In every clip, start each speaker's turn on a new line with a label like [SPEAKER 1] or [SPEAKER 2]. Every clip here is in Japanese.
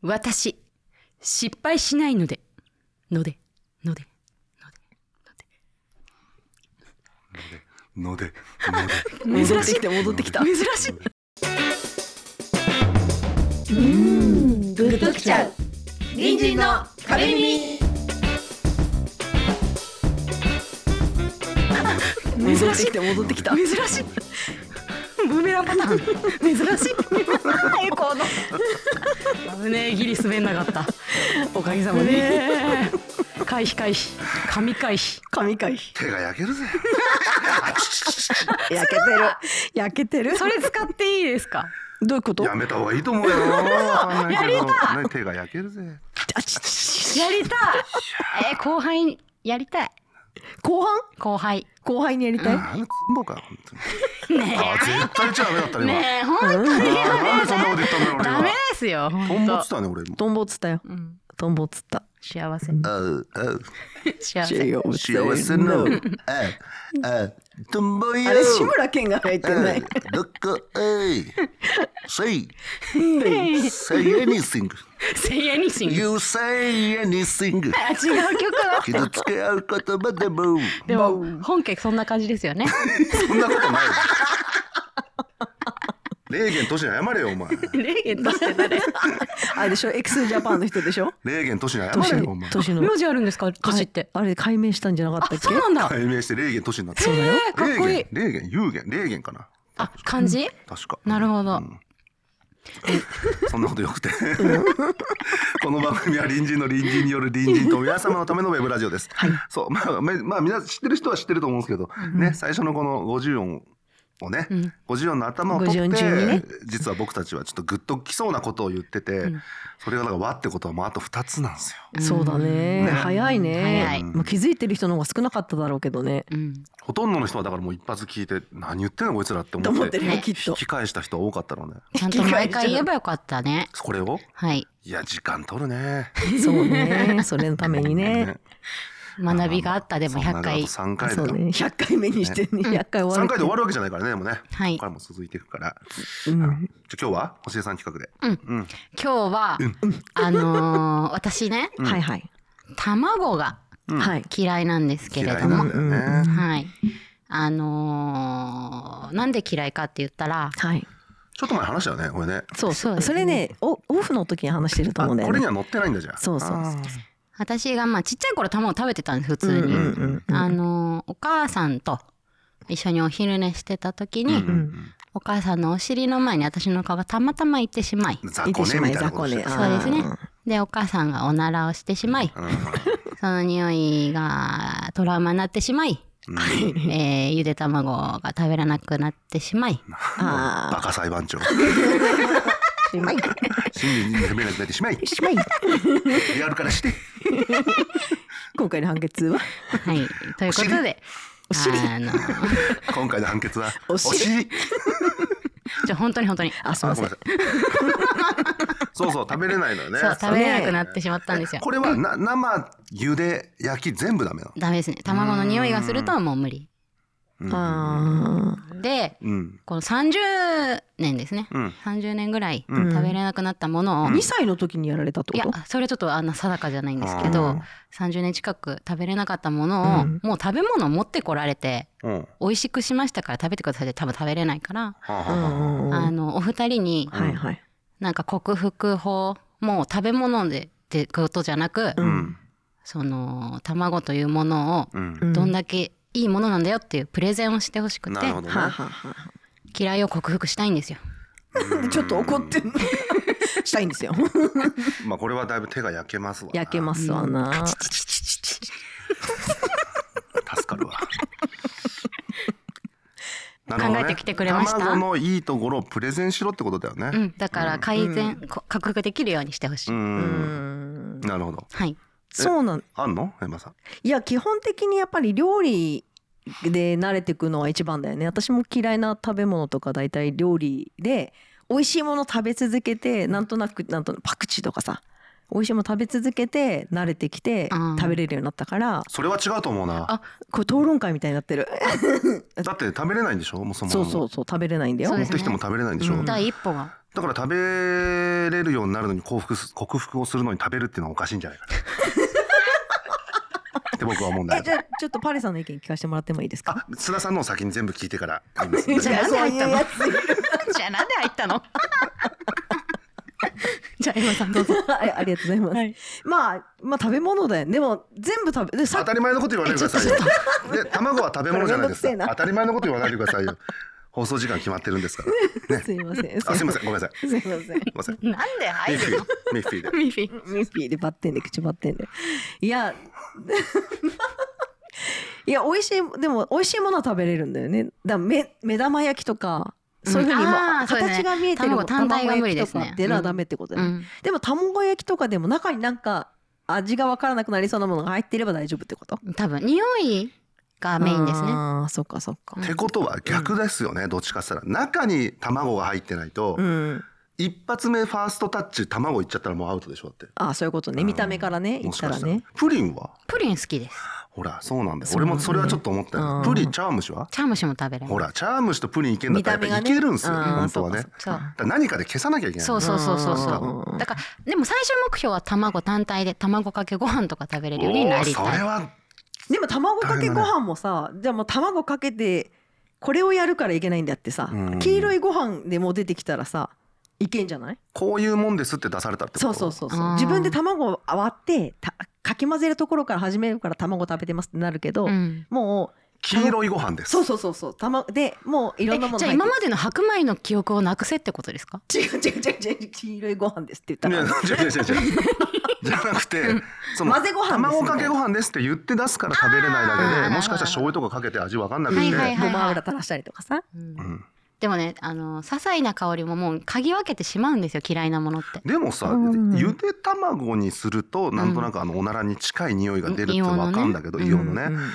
[SPEAKER 1] 私、失敗しないので。ので、ので、
[SPEAKER 2] ので、ので。ので、
[SPEAKER 3] 珍しいって戻ってきた。
[SPEAKER 1] 珍しい。
[SPEAKER 4] うーん、グッときちゃう。隣人の壁耳。
[SPEAKER 3] 珍しいって戻ってきた。
[SPEAKER 1] 珍しい。ブーメランパターン。珍し い。
[SPEAKER 3] えこの。
[SPEAKER 1] 危ねえギリ滑んなかった。おかげさまで。回避回避。神回避。
[SPEAKER 3] 神回避。
[SPEAKER 2] 手が焼けるぜ。
[SPEAKER 3] 焼けてる。焼けてる。
[SPEAKER 1] それ使っていいですか。
[SPEAKER 3] どういうこと？
[SPEAKER 2] やめた方がいいと思うよ。わかんないけどね手が焼けるぜ。
[SPEAKER 3] あちち
[SPEAKER 1] やりたい。えー、後輩にやりたい。
[SPEAKER 3] 後半
[SPEAKER 1] 後輩。
[SPEAKER 3] 後輩にやりたい。
[SPEAKER 2] あのつんぼか本当に。
[SPEAKER 1] ね
[SPEAKER 2] あ絶対じゃダメだった
[SPEAKER 1] え。
[SPEAKER 2] ね
[SPEAKER 1] ねえ、本当に
[SPEAKER 2] 今。あなんでそんなこと言ったんだろう俺
[SPEAKER 1] ダ
[SPEAKER 2] は
[SPEAKER 1] メ。ですよ。
[SPEAKER 2] ト
[SPEAKER 1] 本
[SPEAKER 2] ンボつっ
[SPEAKER 1] 当。
[SPEAKER 2] たね俺も。
[SPEAKER 3] トンボつったよ。
[SPEAKER 1] うん。
[SPEAKER 3] トンボつった。
[SPEAKER 1] 幸せ。
[SPEAKER 2] あうあう
[SPEAKER 1] 幸せ。
[SPEAKER 2] 幸せのああトンボよ。
[SPEAKER 3] あれ志村けんが入って
[SPEAKER 2] あ
[SPEAKER 3] ない。
[SPEAKER 2] どこえい。せい。
[SPEAKER 3] で
[SPEAKER 2] Say anything.
[SPEAKER 1] Say anything.
[SPEAKER 2] You say anything.
[SPEAKER 1] あ違う曲だ。
[SPEAKER 2] 傷つけ合う言葉でも。
[SPEAKER 1] でも本家そんな感じです よね。
[SPEAKER 2] そんなこと ないよ。レーゲン都市に謝れよお前。
[SPEAKER 1] 霊言として誰？
[SPEAKER 3] あれでしょ。X ジャパンの人で しょ。
[SPEAKER 2] レーゲン都市に謝
[SPEAKER 3] 年
[SPEAKER 2] れよお前。
[SPEAKER 3] 年の
[SPEAKER 1] 名字あるんですか？年って。
[SPEAKER 3] あれ解明したんじゃなかったっ
[SPEAKER 1] そうなんだ。
[SPEAKER 2] 解明してレーゲン都市になった。
[SPEAKER 1] そうだよえーかっこいい
[SPEAKER 2] レーゲン、レーゲン有限、レーゲンかな。
[SPEAKER 1] あ、漢字？
[SPEAKER 2] 確か。
[SPEAKER 1] なるほど
[SPEAKER 2] うんそんなことよくて。この番組は隣人の隣人による隣人と皆様のためのウェブラジオです。そう、まあ、めまあ、皆知ってる人は知ってると思うんですけど、ね、最初のこの50音。をね、
[SPEAKER 1] うん
[SPEAKER 2] 50音の頭を取って、
[SPEAKER 3] 50音順にね
[SPEAKER 2] 実は僕たちはちょっとグッときそうなことを言ってて、
[SPEAKER 1] うん
[SPEAKER 2] それがだから「わ」ってことはもうあと2つなんですよ。
[SPEAKER 3] け？そうだね。早い
[SPEAKER 1] 早
[SPEAKER 3] ね
[SPEAKER 1] い。
[SPEAKER 3] まあ気づいてる人の方が少なかっただろうけどね。
[SPEAKER 1] うん。
[SPEAKER 2] ほとんどの人はだからもう一発聞いて何言ってんのこいつらって
[SPEAKER 3] と思
[SPEAKER 2] 思っ
[SPEAKER 3] って
[SPEAKER 2] て
[SPEAKER 3] るよきっ
[SPEAKER 2] 引
[SPEAKER 3] と。
[SPEAKER 2] き返した人は多かったのね。
[SPEAKER 1] ちゃんと毎回言えばよかったね。
[SPEAKER 2] これを
[SPEAKER 1] はい。
[SPEAKER 2] いや時間取るね。
[SPEAKER 3] そうね。それのため にね。
[SPEAKER 2] ね
[SPEAKER 1] 学びがあったでも100回。
[SPEAKER 2] そんなのあと3回
[SPEAKER 3] そう
[SPEAKER 2] だ。
[SPEAKER 3] ね。100回目にしてね。100回終わ
[SPEAKER 2] 3回
[SPEAKER 3] る。
[SPEAKER 2] で終わるわけじゃないからね、でもね。
[SPEAKER 1] はい
[SPEAKER 2] ここからも続いていくから。
[SPEAKER 3] うん。
[SPEAKER 2] じゃあ今日は星江さん企画で。
[SPEAKER 1] うん
[SPEAKER 2] うん。
[SPEAKER 1] 今日はあのー 私ね、
[SPEAKER 3] はいはい。
[SPEAKER 1] 卵が
[SPEAKER 2] うん
[SPEAKER 3] はい。
[SPEAKER 1] 嫌いなんですけれ
[SPEAKER 2] 嫌い
[SPEAKER 1] ど
[SPEAKER 2] な
[SPEAKER 1] も
[SPEAKER 2] ん、だよね。
[SPEAKER 1] はい。あのーなんで嫌いかって言ったら、
[SPEAKER 3] はい。
[SPEAKER 2] ちょっと前話したよね、これね。
[SPEAKER 3] そう
[SPEAKER 1] そ
[SPEAKER 3] そう
[SPEAKER 1] で
[SPEAKER 3] う。
[SPEAKER 1] す
[SPEAKER 3] そ
[SPEAKER 1] ね
[SPEAKER 3] れね、おオフの時に話してると
[SPEAKER 2] あ
[SPEAKER 3] 思
[SPEAKER 2] こ
[SPEAKER 3] うんだよ
[SPEAKER 2] れに
[SPEAKER 3] ね。
[SPEAKER 2] は載ってないんだじゃん。
[SPEAKER 3] そうそうそう
[SPEAKER 2] あー
[SPEAKER 1] 私がまあちっちゃい頃卵食べてたんです普
[SPEAKER 3] うん
[SPEAKER 1] 通
[SPEAKER 3] うん
[SPEAKER 1] に、
[SPEAKER 3] うんうん。
[SPEAKER 1] あのお母さんと一緒にお昼寝してた時に、
[SPEAKER 2] うんうん
[SPEAKER 1] お母さんのお尻の前に私の顔がたまたま行ってしまい
[SPEAKER 2] うん雑魚ねみたいなことして
[SPEAKER 3] いてし
[SPEAKER 2] た。
[SPEAKER 1] そ
[SPEAKER 3] ま
[SPEAKER 1] う
[SPEAKER 3] い
[SPEAKER 1] ですねでお母さんがおならをしてしまい
[SPEAKER 2] うん
[SPEAKER 1] その匂いがトラウマになってしまい、
[SPEAKER 2] うん
[SPEAKER 1] えーゆで卵が食べられなくなってしまい
[SPEAKER 3] あ
[SPEAKER 2] バカ裁判長。
[SPEAKER 3] あ。しまい。
[SPEAKER 2] 真理に責めなくなってしまい。
[SPEAKER 3] しまい。
[SPEAKER 2] リアルからして。
[SPEAKER 3] 今回の判決は。
[SPEAKER 1] はいということで
[SPEAKER 3] お尻
[SPEAKER 1] あの
[SPEAKER 2] 今回の判決は。
[SPEAKER 3] お尻
[SPEAKER 2] 尻。
[SPEAKER 1] じゃあ本当に本当に
[SPEAKER 3] あ、すみ
[SPEAKER 2] あ
[SPEAKER 3] ま
[SPEAKER 2] ごめ
[SPEAKER 3] せん
[SPEAKER 2] ん。なさいそうそう、食べれないのよね。
[SPEAKER 1] そう食べれなくなってしまったんですよ
[SPEAKER 2] これはな生茹で焼き全部ダメな
[SPEAKER 1] ダメですね卵の匂いがするともう無理
[SPEAKER 2] の。
[SPEAKER 3] あ
[SPEAKER 1] で
[SPEAKER 2] うん。
[SPEAKER 1] この30年ですね、
[SPEAKER 2] うん。
[SPEAKER 1] 30年ぐらい
[SPEAKER 2] うん
[SPEAKER 1] 食べれなくなったものを、
[SPEAKER 3] あ。
[SPEAKER 1] い
[SPEAKER 3] 二歳の時にやられたって
[SPEAKER 1] や
[SPEAKER 3] こと。
[SPEAKER 1] それはちょっとあんな定かじゃないんですけど、
[SPEAKER 2] うん
[SPEAKER 1] 30年近く食べれなかったものを、
[SPEAKER 3] うん
[SPEAKER 1] もう食べ物持ってこられて
[SPEAKER 2] うん。は
[SPEAKER 1] 美味しくしましたから食べてくださいって多分食べれないから、
[SPEAKER 2] あ
[SPEAKER 3] う
[SPEAKER 2] はあはあ
[SPEAKER 3] んうんうん。
[SPEAKER 1] あのお二人に
[SPEAKER 3] はいはい。
[SPEAKER 1] なんか克服法もう食べ物でってことじゃなく、
[SPEAKER 3] う
[SPEAKER 2] うん。
[SPEAKER 1] その卵というもの
[SPEAKER 2] う。
[SPEAKER 3] うんん
[SPEAKER 1] をどんだけいいものなんだよっていうプレゼンをしてほしくて
[SPEAKER 2] なるほどね
[SPEAKER 3] は。あはあはあ
[SPEAKER 1] 嫌いを克服したいんですよ。
[SPEAKER 3] はあ。 ちょっと怒ってんの。したいんですよ。
[SPEAKER 2] まあこれはだいぶ手が焼けますわ。
[SPEAKER 3] 焼けますわな。
[SPEAKER 2] 助かるわ。なるほど
[SPEAKER 1] 考え
[SPEAKER 2] ね
[SPEAKER 1] てきてくれました
[SPEAKER 2] 卵のいいところをプレゼンしろってことだよ
[SPEAKER 1] う
[SPEAKER 2] ね。
[SPEAKER 1] ん、だから改善、こ克服できるようにしてほしい、
[SPEAKER 2] う。
[SPEAKER 3] うんん。
[SPEAKER 2] なるほど。
[SPEAKER 1] はい
[SPEAKER 3] そうなん。
[SPEAKER 2] あんの山さん。
[SPEAKER 3] いや基本的にやっぱり料理で慣れていくのは一番だよね私も嫌いな食べ物とか大体料理で美味しいもの食べ続けてなんとなくなんとなくパクチーとかさ美味しいもの食べ続けて慣れてきて
[SPEAKER 1] うん
[SPEAKER 3] 食べれるようになったから
[SPEAKER 2] それは違うと思うな。
[SPEAKER 3] これ討論会みたいになってる
[SPEAKER 2] だって食べれないんでしょもうそも
[SPEAKER 3] そうそう
[SPEAKER 2] う。
[SPEAKER 3] そう食べれないんだよ
[SPEAKER 1] そうで
[SPEAKER 2] 持っ
[SPEAKER 1] す
[SPEAKER 2] てきても食べれないんでしょ
[SPEAKER 3] うん
[SPEAKER 1] 第一歩が
[SPEAKER 2] だから食べれるようになるのに克服す克服をするのに食べるっていうのはおかしいんじゃないか なって僕は思うんだ
[SPEAKER 3] え
[SPEAKER 2] け
[SPEAKER 3] じ
[SPEAKER 2] ど
[SPEAKER 3] ゃあちょっとパレさんの意見聞かせてもらってもいいですか
[SPEAKER 2] あ須田さんのを先に全部聞いてから言いますんで
[SPEAKER 1] じゃあ
[SPEAKER 3] そう
[SPEAKER 1] なんで入ったの
[SPEAKER 3] いうや つ
[SPEAKER 1] じゃあなんで入ったの じゃあ今さんどうぞ。
[SPEAKER 3] はい、ありがとうございます。
[SPEAKER 1] はい
[SPEAKER 3] まあ、まあ食べ物だよ。でも全部食べ、で さ
[SPEAKER 2] 当たり前のこと言わないでください よで卵は食べ物じゃないですか
[SPEAKER 3] めんどくせえな
[SPEAKER 2] 当たり前のこと言わないでくださいよ放送時間決まってるんです から
[SPEAKER 3] すいません。
[SPEAKER 2] あすいません
[SPEAKER 3] ん。
[SPEAKER 2] ごめんなさい
[SPEAKER 3] すいません。
[SPEAKER 2] ごめんなさい
[SPEAKER 1] なんで入
[SPEAKER 2] ミッフィーミッフィーで
[SPEAKER 1] ミッフィー。
[SPEAKER 3] ミッフィーでバッテンで口バッテンで。いや、 いや美味しいでも美味しいものは食べれるんだよね。だから目目玉焼きとか。そういうふうにも
[SPEAKER 1] うん
[SPEAKER 3] う
[SPEAKER 1] あーそうですね
[SPEAKER 3] 形が見えてる
[SPEAKER 1] 卵単体は無理ですね
[SPEAKER 3] 卵焼きとかっていうのはダメってことだ
[SPEAKER 1] う
[SPEAKER 3] よね
[SPEAKER 1] ん。
[SPEAKER 3] でも卵焼きとかでも中になんか味が分からなくなりそうなものが入っていれば大丈夫ってこと
[SPEAKER 1] 多分匂いがメインですね。
[SPEAKER 3] ああそっかそっか
[SPEAKER 1] う
[SPEAKER 2] っ
[SPEAKER 1] ん
[SPEAKER 2] てことは逆ですよね、どっちかっつったら中に卵が入ってないと、
[SPEAKER 3] うん
[SPEAKER 2] 一発目ファーストタッチ卵いっちゃったらもうアウトでしょだって
[SPEAKER 3] ああそういうことね
[SPEAKER 2] うん
[SPEAKER 3] 見た目からね言
[SPEAKER 2] も
[SPEAKER 3] っ
[SPEAKER 2] したからしたら
[SPEAKER 3] ね
[SPEAKER 2] プリンは
[SPEAKER 1] プリン好きです。
[SPEAKER 2] ほらそうなんだよ
[SPEAKER 3] そう
[SPEAKER 2] 俺
[SPEAKER 3] ね
[SPEAKER 2] もそれはちょっと思った
[SPEAKER 3] う
[SPEAKER 2] よ
[SPEAKER 3] ん
[SPEAKER 2] プリン茶碗蒸しは
[SPEAKER 1] チャームシも食べれます
[SPEAKER 2] ほ。ら茶碗蒸しとプリンいけんだったら
[SPEAKER 3] 見
[SPEAKER 2] や
[SPEAKER 3] た
[SPEAKER 2] っ
[SPEAKER 3] 目
[SPEAKER 2] ぱい
[SPEAKER 3] がね
[SPEAKER 2] けるんすよ、
[SPEAKER 3] うん
[SPEAKER 2] 本当はね
[SPEAKER 3] そ
[SPEAKER 2] だか
[SPEAKER 3] うか
[SPEAKER 1] そう。
[SPEAKER 2] ら何かで消さなきゃいけない
[SPEAKER 1] そうそうそうそうそ
[SPEAKER 3] うん
[SPEAKER 1] う。だからでも最初目標は卵単体で卵かけご飯とか食べれるようにな
[SPEAKER 2] おー
[SPEAKER 1] り
[SPEAKER 2] そ
[SPEAKER 1] た
[SPEAKER 2] れ
[SPEAKER 1] い。
[SPEAKER 2] は
[SPEAKER 3] でも卵かけご飯もさじゃあもう卵かけてこれをやるからいけないんだってさ
[SPEAKER 2] うん
[SPEAKER 3] 黄色いご飯でもう出てきたらさいけんじゃない
[SPEAKER 2] こういうもんですって出されたってこと
[SPEAKER 3] そうそう
[SPEAKER 1] あ
[SPEAKER 3] そうそ
[SPEAKER 1] ー
[SPEAKER 3] う自分で卵を割ってたかき混ぜるところから始めるから卵食べてますってなるけど
[SPEAKER 1] うん。
[SPEAKER 3] も
[SPEAKER 2] 黄色いご飯で
[SPEAKER 3] う
[SPEAKER 2] す
[SPEAKER 3] そうそうそうそう卵でもういろんな
[SPEAKER 1] え
[SPEAKER 3] もの
[SPEAKER 1] じゃあ
[SPEAKER 3] 入って
[SPEAKER 1] 今までの白米の記憶をなくせってことですか？
[SPEAKER 3] 違う違う違う違う黄色いご飯ですって言
[SPEAKER 2] い
[SPEAKER 3] った
[SPEAKER 2] や
[SPEAKER 3] ら
[SPEAKER 2] 違う違う違う違うじゃなくてその
[SPEAKER 3] 混ぜご飯です
[SPEAKER 2] 卵かけご飯ですって言って出すから食べれないだ
[SPEAKER 1] あ
[SPEAKER 2] け
[SPEAKER 1] ー
[SPEAKER 2] でもしかしたら醤油とかかけて味わかんなくて、
[SPEAKER 1] はいはい
[SPEAKER 3] ごま油垂らしたりとかさ
[SPEAKER 2] うん
[SPEAKER 1] でもね、あの些細な香りももう嗅ぎ分けてしまうんですよ嫌いなもの って。
[SPEAKER 2] でもさ、
[SPEAKER 3] うん
[SPEAKER 2] ゆで卵にするとなんとなくあのおならに近い匂いが出るってわかんだけど、
[SPEAKER 1] うん
[SPEAKER 2] イオンのね、
[SPEAKER 3] うんうん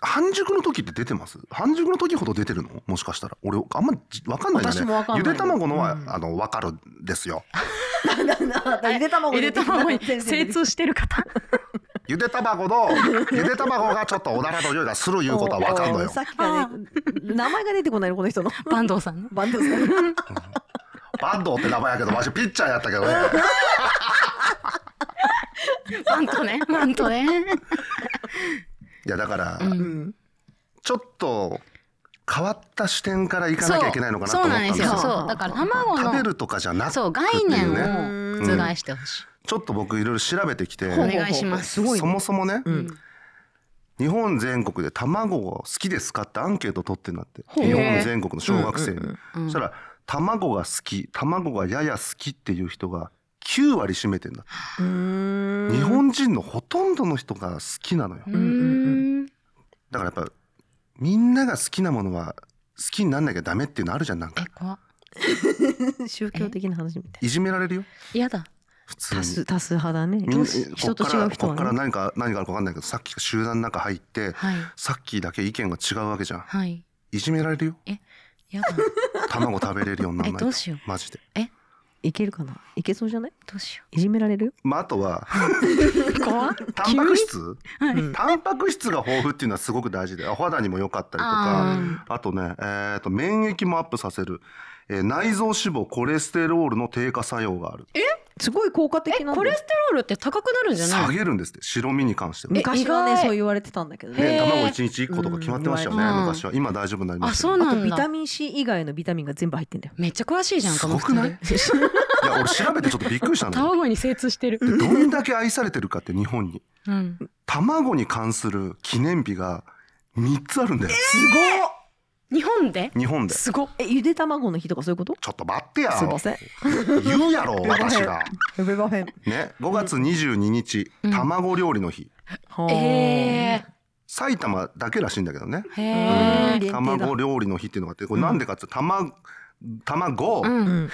[SPEAKER 2] 半熟の時って出てます半熟の時ほど出てるのもしかしたら俺あんまじわかんないんだ
[SPEAKER 3] 私
[SPEAKER 2] ね
[SPEAKER 3] もわかん
[SPEAKER 2] ゆ
[SPEAKER 3] ない
[SPEAKER 2] で卵のは、
[SPEAKER 3] うん
[SPEAKER 2] あのわかるですよ
[SPEAKER 3] ゆで卵
[SPEAKER 1] ゆで卵に精通してる 方。
[SPEAKER 2] ゆで卵の ゆで卵がちょっとおならの匂いがするいうことはわかんのよ
[SPEAKER 3] さっきからね名前が出てこないのこの人の
[SPEAKER 1] 坂東さんね。
[SPEAKER 3] バンドさん
[SPEAKER 2] バンドって名前やけどわしピッチャーやったけどね
[SPEAKER 1] マントね。マントね。
[SPEAKER 2] いやだから、
[SPEAKER 1] うん。
[SPEAKER 2] ちょっと変わった視点からいか
[SPEAKER 1] そ
[SPEAKER 2] な
[SPEAKER 1] う
[SPEAKER 2] きゃいけないのかなと
[SPEAKER 1] そう
[SPEAKER 2] 思っ
[SPEAKER 1] な
[SPEAKER 2] た
[SPEAKER 1] ん
[SPEAKER 2] ん
[SPEAKER 1] で
[SPEAKER 2] ですす
[SPEAKER 1] よ。
[SPEAKER 2] よ
[SPEAKER 1] そうだから卵
[SPEAKER 2] 食べ
[SPEAKER 1] の
[SPEAKER 2] るとかじゃなくて
[SPEAKER 1] そう概念
[SPEAKER 2] ね
[SPEAKER 1] を覆してほしい。
[SPEAKER 2] ちょっと僕いろいろ調べてきて、
[SPEAKER 1] お願いします
[SPEAKER 3] すごい
[SPEAKER 2] そ
[SPEAKER 3] ね
[SPEAKER 2] もそもね、
[SPEAKER 3] うん
[SPEAKER 2] 日本全国で卵を好きですかってアンケート取ってんだって
[SPEAKER 1] う
[SPEAKER 2] 日本全国の小学生に、
[SPEAKER 3] うんうんうん
[SPEAKER 1] うん
[SPEAKER 2] そしたら卵が好き卵がやや好きっていう人が9割占めてんだって、
[SPEAKER 3] うーん
[SPEAKER 2] 日本人のほとんどの人が好きなのよ
[SPEAKER 1] う
[SPEAKER 3] うんうん
[SPEAKER 1] ん。
[SPEAKER 2] だからやっぱみんなが好きなものは好きになんなきゃダメっていうのあるじゃんなん
[SPEAKER 1] え
[SPEAKER 2] か
[SPEAKER 1] 怖っ。
[SPEAKER 3] 宗教的な話みたい
[SPEAKER 2] いじめられるよ
[SPEAKER 1] 嫌だ。
[SPEAKER 2] 普通
[SPEAKER 3] 多
[SPEAKER 2] に
[SPEAKER 3] 数多数派だね
[SPEAKER 2] みんな
[SPEAKER 3] 人と
[SPEAKER 2] こっか
[SPEAKER 3] 違
[SPEAKER 2] ら
[SPEAKER 3] う人
[SPEAKER 2] こっから
[SPEAKER 3] はね
[SPEAKER 2] 何か何があるか分かんないけどさっき集団の中入って
[SPEAKER 1] はい
[SPEAKER 2] さっきだけ意見が違うわけじゃん
[SPEAKER 1] はい。
[SPEAKER 2] いじめられるよ
[SPEAKER 1] 嫌だ。
[SPEAKER 2] 卵食べれるようにな
[SPEAKER 1] え
[SPEAKER 2] ら ない
[SPEAKER 1] ど
[SPEAKER 2] と
[SPEAKER 1] うしよう。
[SPEAKER 2] マジで、
[SPEAKER 3] いけるかないけそうじゃない
[SPEAKER 1] どうしよ
[SPEAKER 3] いじめられる
[SPEAKER 2] まあ、あと は
[SPEAKER 1] う。怖っ。
[SPEAKER 2] タンパク質
[SPEAKER 1] は
[SPEAKER 3] うん
[SPEAKER 2] タンパク質が豊富っていうのはすごく大事でお肌にも良かったりとか
[SPEAKER 1] あ
[SPEAKER 2] あとね、えー、と免疫もアップさせる、えー内臓脂肪コレステロールの低下作用がある
[SPEAKER 3] すごい効果的なんだよ
[SPEAKER 1] コレステロールって高くなるんじゃない
[SPEAKER 2] 下？げるんですって白身に関しては、ね、
[SPEAKER 3] 昔は
[SPEAKER 1] え意
[SPEAKER 3] ね
[SPEAKER 1] 外
[SPEAKER 3] そう言われてたんだけどね
[SPEAKER 1] へー
[SPEAKER 2] 卵1日1個とか決まってましたよね、
[SPEAKER 1] うん
[SPEAKER 2] 昔は今大丈夫になりま
[SPEAKER 1] あ
[SPEAKER 2] した
[SPEAKER 1] そ
[SPEAKER 2] よ
[SPEAKER 1] う
[SPEAKER 2] ね
[SPEAKER 3] あ
[SPEAKER 1] な
[SPEAKER 3] と
[SPEAKER 1] ん
[SPEAKER 3] ビタ
[SPEAKER 1] だ。
[SPEAKER 3] ミン C 以外のビタミンが全部入ってんだよ
[SPEAKER 1] めっちゃ詳しいじゃん。
[SPEAKER 2] す
[SPEAKER 1] この
[SPEAKER 2] ご
[SPEAKER 1] 二人
[SPEAKER 2] くないいや俺調べてちょっとびっくりしたのよ
[SPEAKER 1] 卵に精通してる。
[SPEAKER 2] でどんだけ愛されてるかって日本に
[SPEAKER 1] うん。
[SPEAKER 2] 卵に関する記念日が3つあるんだよ、
[SPEAKER 3] すごい
[SPEAKER 1] 日本で？
[SPEAKER 2] 日本でち
[SPEAKER 1] すごっ。
[SPEAKER 3] えゆで卵の日とかそういうこと
[SPEAKER 2] ょっと待ってや
[SPEAKER 3] すいません
[SPEAKER 2] 言う やろ私が
[SPEAKER 3] ウェブバフェン
[SPEAKER 2] ね5月22日、
[SPEAKER 1] うん
[SPEAKER 2] 卵料理の日
[SPEAKER 3] はあ
[SPEAKER 1] え
[SPEAKER 2] 埼玉だけらしいんだけどね、
[SPEAKER 1] ーへ
[SPEAKER 3] うん
[SPEAKER 1] ー
[SPEAKER 3] 限定だ
[SPEAKER 2] 卵料理の日っていうのがあってこれなんでかっていうと卵卵、
[SPEAKER 1] う。
[SPEAKER 3] うんん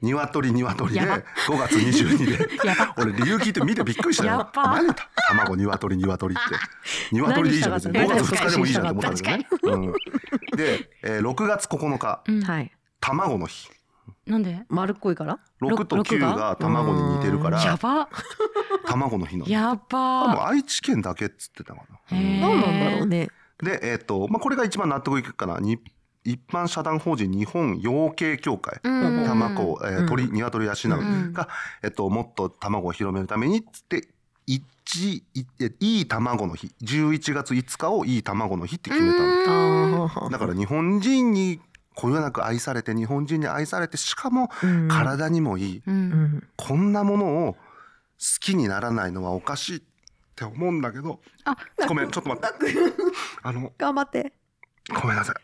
[SPEAKER 2] 鶏鶏で
[SPEAKER 1] やば
[SPEAKER 2] 5月22日で
[SPEAKER 1] やば。
[SPEAKER 2] 俺理由聞いて見てびっくりした
[SPEAKER 1] や
[SPEAKER 2] よ
[SPEAKER 1] ば
[SPEAKER 2] 何だ卵鶏 鶏って鶏でいいじゃん
[SPEAKER 3] 何
[SPEAKER 2] 別
[SPEAKER 3] した
[SPEAKER 2] に5月2日
[SPEAKER 3] かった
[SPEAKER 2] でもいいじゃんって思ったんだけどね、うん、で、えー6月9日
[SPEAKER 1] うん
[SPEAKER 3] はい
[SPEAKER 2] 卵の日
[SPEAKER 1] なんで？
[SPEAKER 3] 丸っこいから
[SPEAKER 2] 6と
[SPEAKER 1] ろく
[SPEAKER 2] 9
[SPEAKER 1] が
[SPEAKER 2] が卵に似てるか
[SPEAKER 1] や
[SPEAKER 2] ら
[SPEAKER 1] ば。
[SPEAKER 2] 卵の日なの
[SPEAKER 1] や
[SPEAKER 2] 多分
[SPEAKER 1] ば。
[SPEAKER 2] 愛知県だけっつってたかな
[SPEAKER 1] へー
[SPEAKER 3] どうなんだろうね
[SPEAKER 2] でえっ、と、まあ、これが一番納得いくかな日一般社団法人日本養鶏協会、
[SPEAKER 3] うん
[SPEAKER 2] 卵を、えー
[SPEAKER 3] うん
[SPEAKER 2] 鶏鶏養うが、
[SPEAKER 1] うん
[SPEAKER 2] えっと、もっと卵を広めるためにっつって一いえいい卵の日11月5日をいい卵の日って決めたの
[SPEAKER 3] あ
[SPEAKER 1] あ
[SPEAKER 3] ー
[SPEAKER 2] だから日本人にこよなく愛されて日本人に愛されてしかも
[SPEAKER 3] うん
[SPEAKER 2] 体にもいい、
[SPEAKER 1] う
[SPEAKER 3] うんん
[SPEAKER 2] こんなものを好きにならないのはおかしいって思うんだけど
[SPEAKER 3] あ
[SPEAKER 2] ごめんちょっと待って
[SPEAKER 3] て
[SPEAKER 2] あの
[SPEAKER 3] 頑張って
[SPEAKER 2] ごめんなさい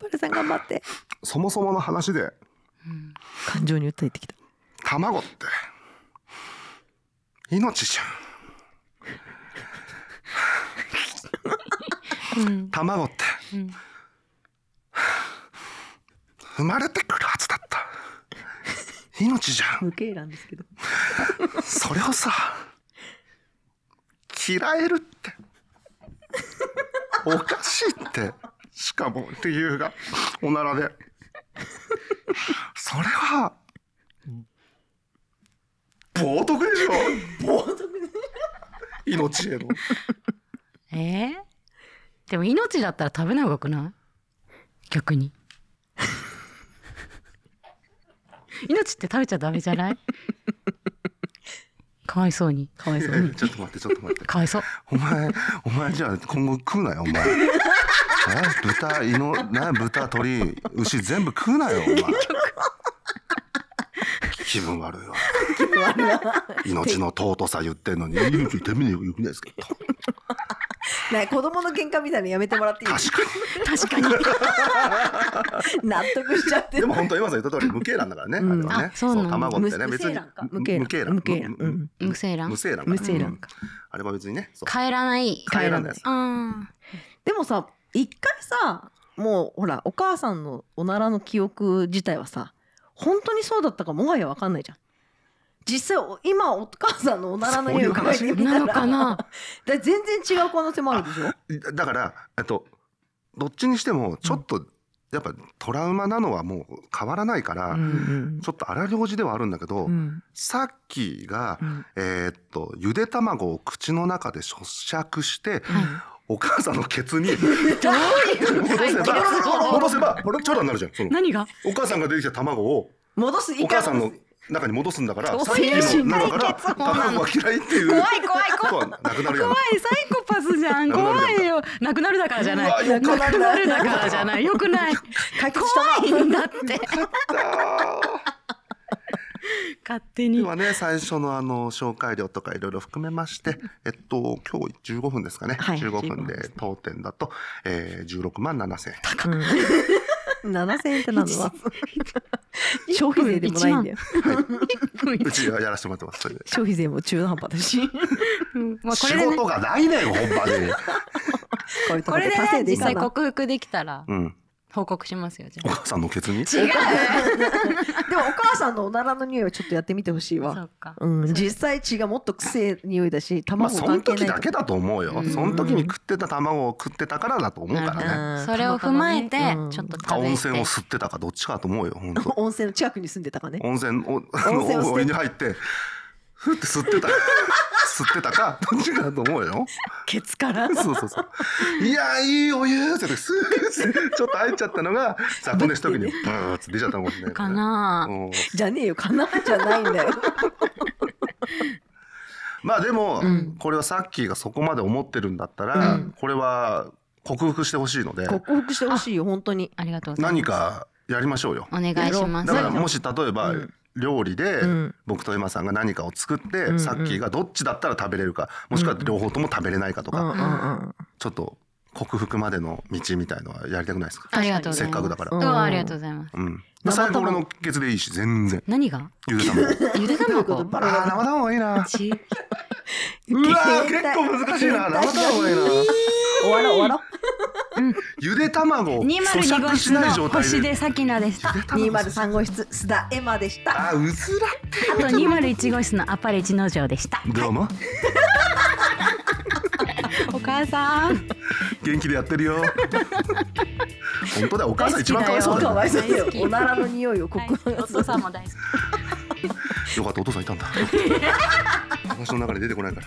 [SPEAKER 3] パルさん頑張って
[SPEAKER 2] そもそもの話で
[SPEAKER 3] 感情に訴えてきた
[SPEAKER 2] 卵って命じゃん
[SPEAKER 1] うん
[SPEAKER 2] 卵って
[SPEAKER 1] うん
[SPEAKER 2] 生まれてくるはずだった命じゃん
[SPEAKER 3] 無形なんですけど
[SPEAKER 2] それをさ嫌えるっておかしいってしかも理由がおならでそれは冒涜でしょ 命への
[SPEAKER 1] えーでも命だったら食べない方がよくない逆 に命って食べちゃダメじゃないかわいそうにかわいそうに
[SPEAKER 2] ちょっと待ってちょっと待って
[SPEAKER 1] かわいそう
[SPEAKER 2] お前お前じゃあ今後食うなよお 前え豚イノな豚鶏牛全部食うなよお前気分悪いわ命の尊さ言ってんのに命のためによくないですか
[SPEAKER 3] ね子供の喧嘩みたいなのやめてもらっていい
[SPEAKER 2] 確か
[SPEAKER 1] 確かに
[SPEAKER 3] 納得しちゃって
[SPEAKER 2] に でも本当今さん言った通り無形卵だからね、
[SPEAKER 3] うん
[SPEAKER 2] あれはね
[SPEAKER 1] あそうなの
[SPEAKER 2] 卵ってね
[SPEAKER 3] 無
[SPEAKER 2] 別
[SPEAKER 3] 精
[SPEAKER 2] に
[SPEAKER 3] 卵か無形
[SPEAKER 2] 無
[SPEAKER 3] 卵無
[SPEAKER 2] 形
[SPEAKER 3] 形
[SPEAKER 2] 卵
[SPEAKER 3] 卵うん
[SPEAKER 1] 無精
[SPEAKER 2] 無
[SPEAKER 1] 卵
[SPEAKER 2] 精卵
[SPEAKER 3] 無
[SPEAKER 2] だ
[SPEAKER 3] 精卵か
[SPEAKER 2] あれは別にねそう
[SPEAKER 1] 帰らない
[SPEAKER 2] 帰らないです
[SPEAKER 1] うん
[SPEAKER 3] でもさ一回さもうほらお母さんのおならの記憶自体はさ本当にそうだったかもはやわかんないじゃん実際お今お母さんのおならの匂いを嗅いでみ
[SPEAKER 1] な
[SPEAKER 3] た
[SPEAKER 1] の
[SPEAKER 3] ら
[SPEAKER 1] かな
[SPEAKER 3] だ全然違う可能性もあるでしょ
[SPEAKER 2] だだからえっとどっちにしてもちょっと、やっぱトラウマなのはもう変わらないから、
[SPEAKER 3] うん
[SPEAKER 2] ちょっと荒療治ではあるんだけど、
[SPEAKER 3] うん
[SPEAKER 2] さっきが、
[SPEAKER 3] うん
[SPEAKER 2] えーっと、ゆで卵を口の中で咀嚼して、
[SPEAKER 1] は
[SPEAKER 2] お母さんのケツに
[SPEAKER 1] どういう
[SPEAKER 2] 戻せば、戻せば、これ、チョラになるじゃん。その
[SPEAKER 1] 何が
[SPEAKER 2] お母さんが出てきた卵を、
[SPEAKER 3] 戻す
[SPEAKER 2] お
[SPEAKER 3] 一回
[SPEAKER 2] 母さんの
[SPEAKER 3] 戻す
[SPEAKER 2] 中に戻すんだから、
[SPEAKER 1] ど
[SPEAKER 2] さっ
[SPEAKER 1] う
[SPEAKER 2] き
[SPEAKER 1] いう
[SPEAKER 2] の中から、
[SPEAKER 1] 心配結論なの
[SPEAKER 2] 卵は嫌いっていう。
[SPEAKER 1] 怖い怖い
[SPEAKER 2] こ
[SPEAKER 1] 怖い
[SPEAKER 2] とはなくなるやん
[SPEAKER 1] 怖い。サイコパスじゃ ん怖いよなくなるだからじゃないう
[SPEAKER 2] わ
[SPEAKER 1] な
[SPEAKER 2] よ
[SPEAKER 1] く
[SPEAKER 2] か
[SPEAKER 1] なるだからじゃないよく ない
[SPEAKER 3] 解決したな
[SPEAKER 1] 怖いんだって勝手に
[SPEAKER 2] 今ね、最初のあの、紹介料とかいろいろ含めまして、えっと、今日15分ですかね。
[SPEAKER 3] はい
[SPEAKER 2] 15分
[SPEAKER 3] 15
[SPEAKER 2] で、当店だと、えー、16万7千円。
[SPEAKER 3] うん7000円ってなんだわ 消費税でもないんだよ
[SPEAKER 2] うちはやらせてもらって ます。それで
[SPEAKER 3] 消費税も中途半端だし
[SPEAKER 1] うんまあこ
[SPEAKER 2] 仕
[SPEAKER 1] れでね
[SPEAKER 2] 事がないねん、ほんまに。
[SPEAKER 3] こういうと
[SPEAKER 1] こ
[SPEAKER 3] こ
[SPEAKER 1] れ
[SPEAKER 3] で
[SPEAKER 1] で
[SPEAKER 3] 稼
[SPEAKER 1] ね
[SPEAKER 3] いで
[SPEAKER 1] 実
[SPEAKER 3] いいか
[SPEAKER 1] 際
[SPEAKER 3] な
[SPEAKER 1] 克服できたら
[SPEAKER 2] うん。
[SPEAKER 1] 報告しますよじゃ
[SPEAKER 2] お母さんのケツに
[SPEAKER 1] あ違う
[SPEAKER 3] でもお母さんのおならの匂いをちょっとやってみてほしいわ
[SPEAKER 1] そうか
[SPEAKER 3] うん、実際血がもっと臭い匂いだし
[SPEAKER 2] まあ、
[SPEAKER 3] 卵
[SPEAKER 2] そ
[SPEAKER 3] 関
[SPEAKER 2] の
[SPEAKER 3] 係ない
[SPEAKER 2] 時だけだと思うよ。
[SPEAKER 1] うん
[SPEAKER 2] その時に食ってた卵を食ってたからだと思うか
[SPEAKER 1] なる
[SPEAKER 2] らね。
[SPEAKER 3] うん
[SPEAKER 1] それを踏まえて
[SPEAKER 3] うん
[SPEAKER 1] ちょっと
[SPEAKER 2] か
[SPEAKER 1] 食
[SPEAKER 2] 温
[SPEAKER 1] べ
[SPEAKER 2] 泉を
[SPEAKER 1] て
[SPEAKER 2] 吸ってたかどっちかだと思うよ、本当。
[SPEAKER 3] 温泉の近くに住んでたかね
[SPEAKER 2] 温泉を、
[SPEAKER 3] 温泉を吸って
[SPEAKER 2] お湯に入って、ふって吸 ってた。吸ってたか、どっちかだと思うよ。
[SPEAKER 3] ケツから
[SPEAKER 2] そうそうそう。いや、いいお湯って、すーってちょっと入っちゃったのが、雑魚寝した時に、ブーって出ちゃったのかもしれないね。
[SPEAKER 1] かな
[SPEAKER 2] うん
[SPEAKER 3] じゃねえよかなじゃないんだよ
[SPEAKER 2] まあでも、
[SPEAKER 1] うん
[SPEAKER 2] これはさっきがそこまで思ってるんだったら、
[SPEAKER 1] うん
[SPEAKER 2] これは克服してほしいので
[SPEAKER 3] 克服してほしいよ本当に
[SPEAKER 1] ありがとうございます
[SPEAKER 2] 何かやりましょうよ。
[SPEAKER 1] お願いします
[SPEAKER 2] だからもし例えば、
[SPEAKER 3] うん
[SPEAKER 2] 料理で、
[SPEAKER 3] うん
[SPEAKER 2] 僕とエマさんが何かを作って、
[SPEAKER 3] んうん
[SPEAKER 2] さっきがどっちだったら食べれるかもしくは両方とも食べれないかと
[SPEAKER 3] う
[SPEAKER 2] か、
[SPEAKER 3] んうんうん
[SPEAKER 2] ちょっと克服までの道みたいのはやりたくないですか、
[SPEAKER 1] ありがとうござ
[SPEAKER 2] せ
[SPEAKER 1] い
[SPEAKER 2] っ
[SPEAKER 1] ます
[SPEAKER 2] かくだから。
[SPEAKER 1] う
[SPEAKER 3] う
[SPEAKER 1] んんありがとうございます
[SPEAKER 2] うん、
[SPEAKER 3] 生
[SPEAKER 2] 最後
[SPEAKER 3] 卵
[SPEAKER 2] 俺のケツでいいし全然
[SPEAKER 1] 何が
[SPEAKER 2] ゆで卵
[SPEAKER 1] ゆで
[SPEAKER 3] どういうこと
[SPEAKER 1] 卵
[SPEAKER 3] バラ
[SPEAKER 2] あー
[SPEAKER 3] バ
[SPEAKER 2] 生卵いい な
[SPEAKER 1] ち
[SPEAKER 2] うわー
[SPEAKER 3] 変
[SPEAKER 2] 結
[SPEAKER 3] 態
[SPEAKER 2] 構難しいな生卵いいな
[SPEAKER 3] ラ終わろう終わろう
[SPEAKER 2] ゆで卵を咀
[SPEAKER 1] 202号
[SPEAKER 2] 嚼し
[SPEAKER 1] 室
[SPEAKER 2] ない
[SPEAKER 1] の
[SPEAKER 2] 状態で
[SPEAKER 1] 星でさきなで した。あ
[SPEAKER 3] 203号室須田エマでした
[SPEAKER 2] あうずら
[SPEAKER 1] と201号室のアパレジの城でした。
[SPEAKER 2] どうも
[SPEAKER 1] お母さん。
[SPEAKER 2] 元気でやってるよ本当だよお母さん一番かわいそうだ
[SPEAKER 3] か
[SPEAKER 2] よ
[SPEAKER 3] わいそうだ
[SPEAKER 1] 大
[SPEAKER 3] よ
[SPEAKER 1] 好き
[SPEAKER 3] おならの匂いを克服
[SPEAKER 1] お父さんも大好き。
[SPEAKER 2] よかったお父さんいたんだ話の中で出てこないから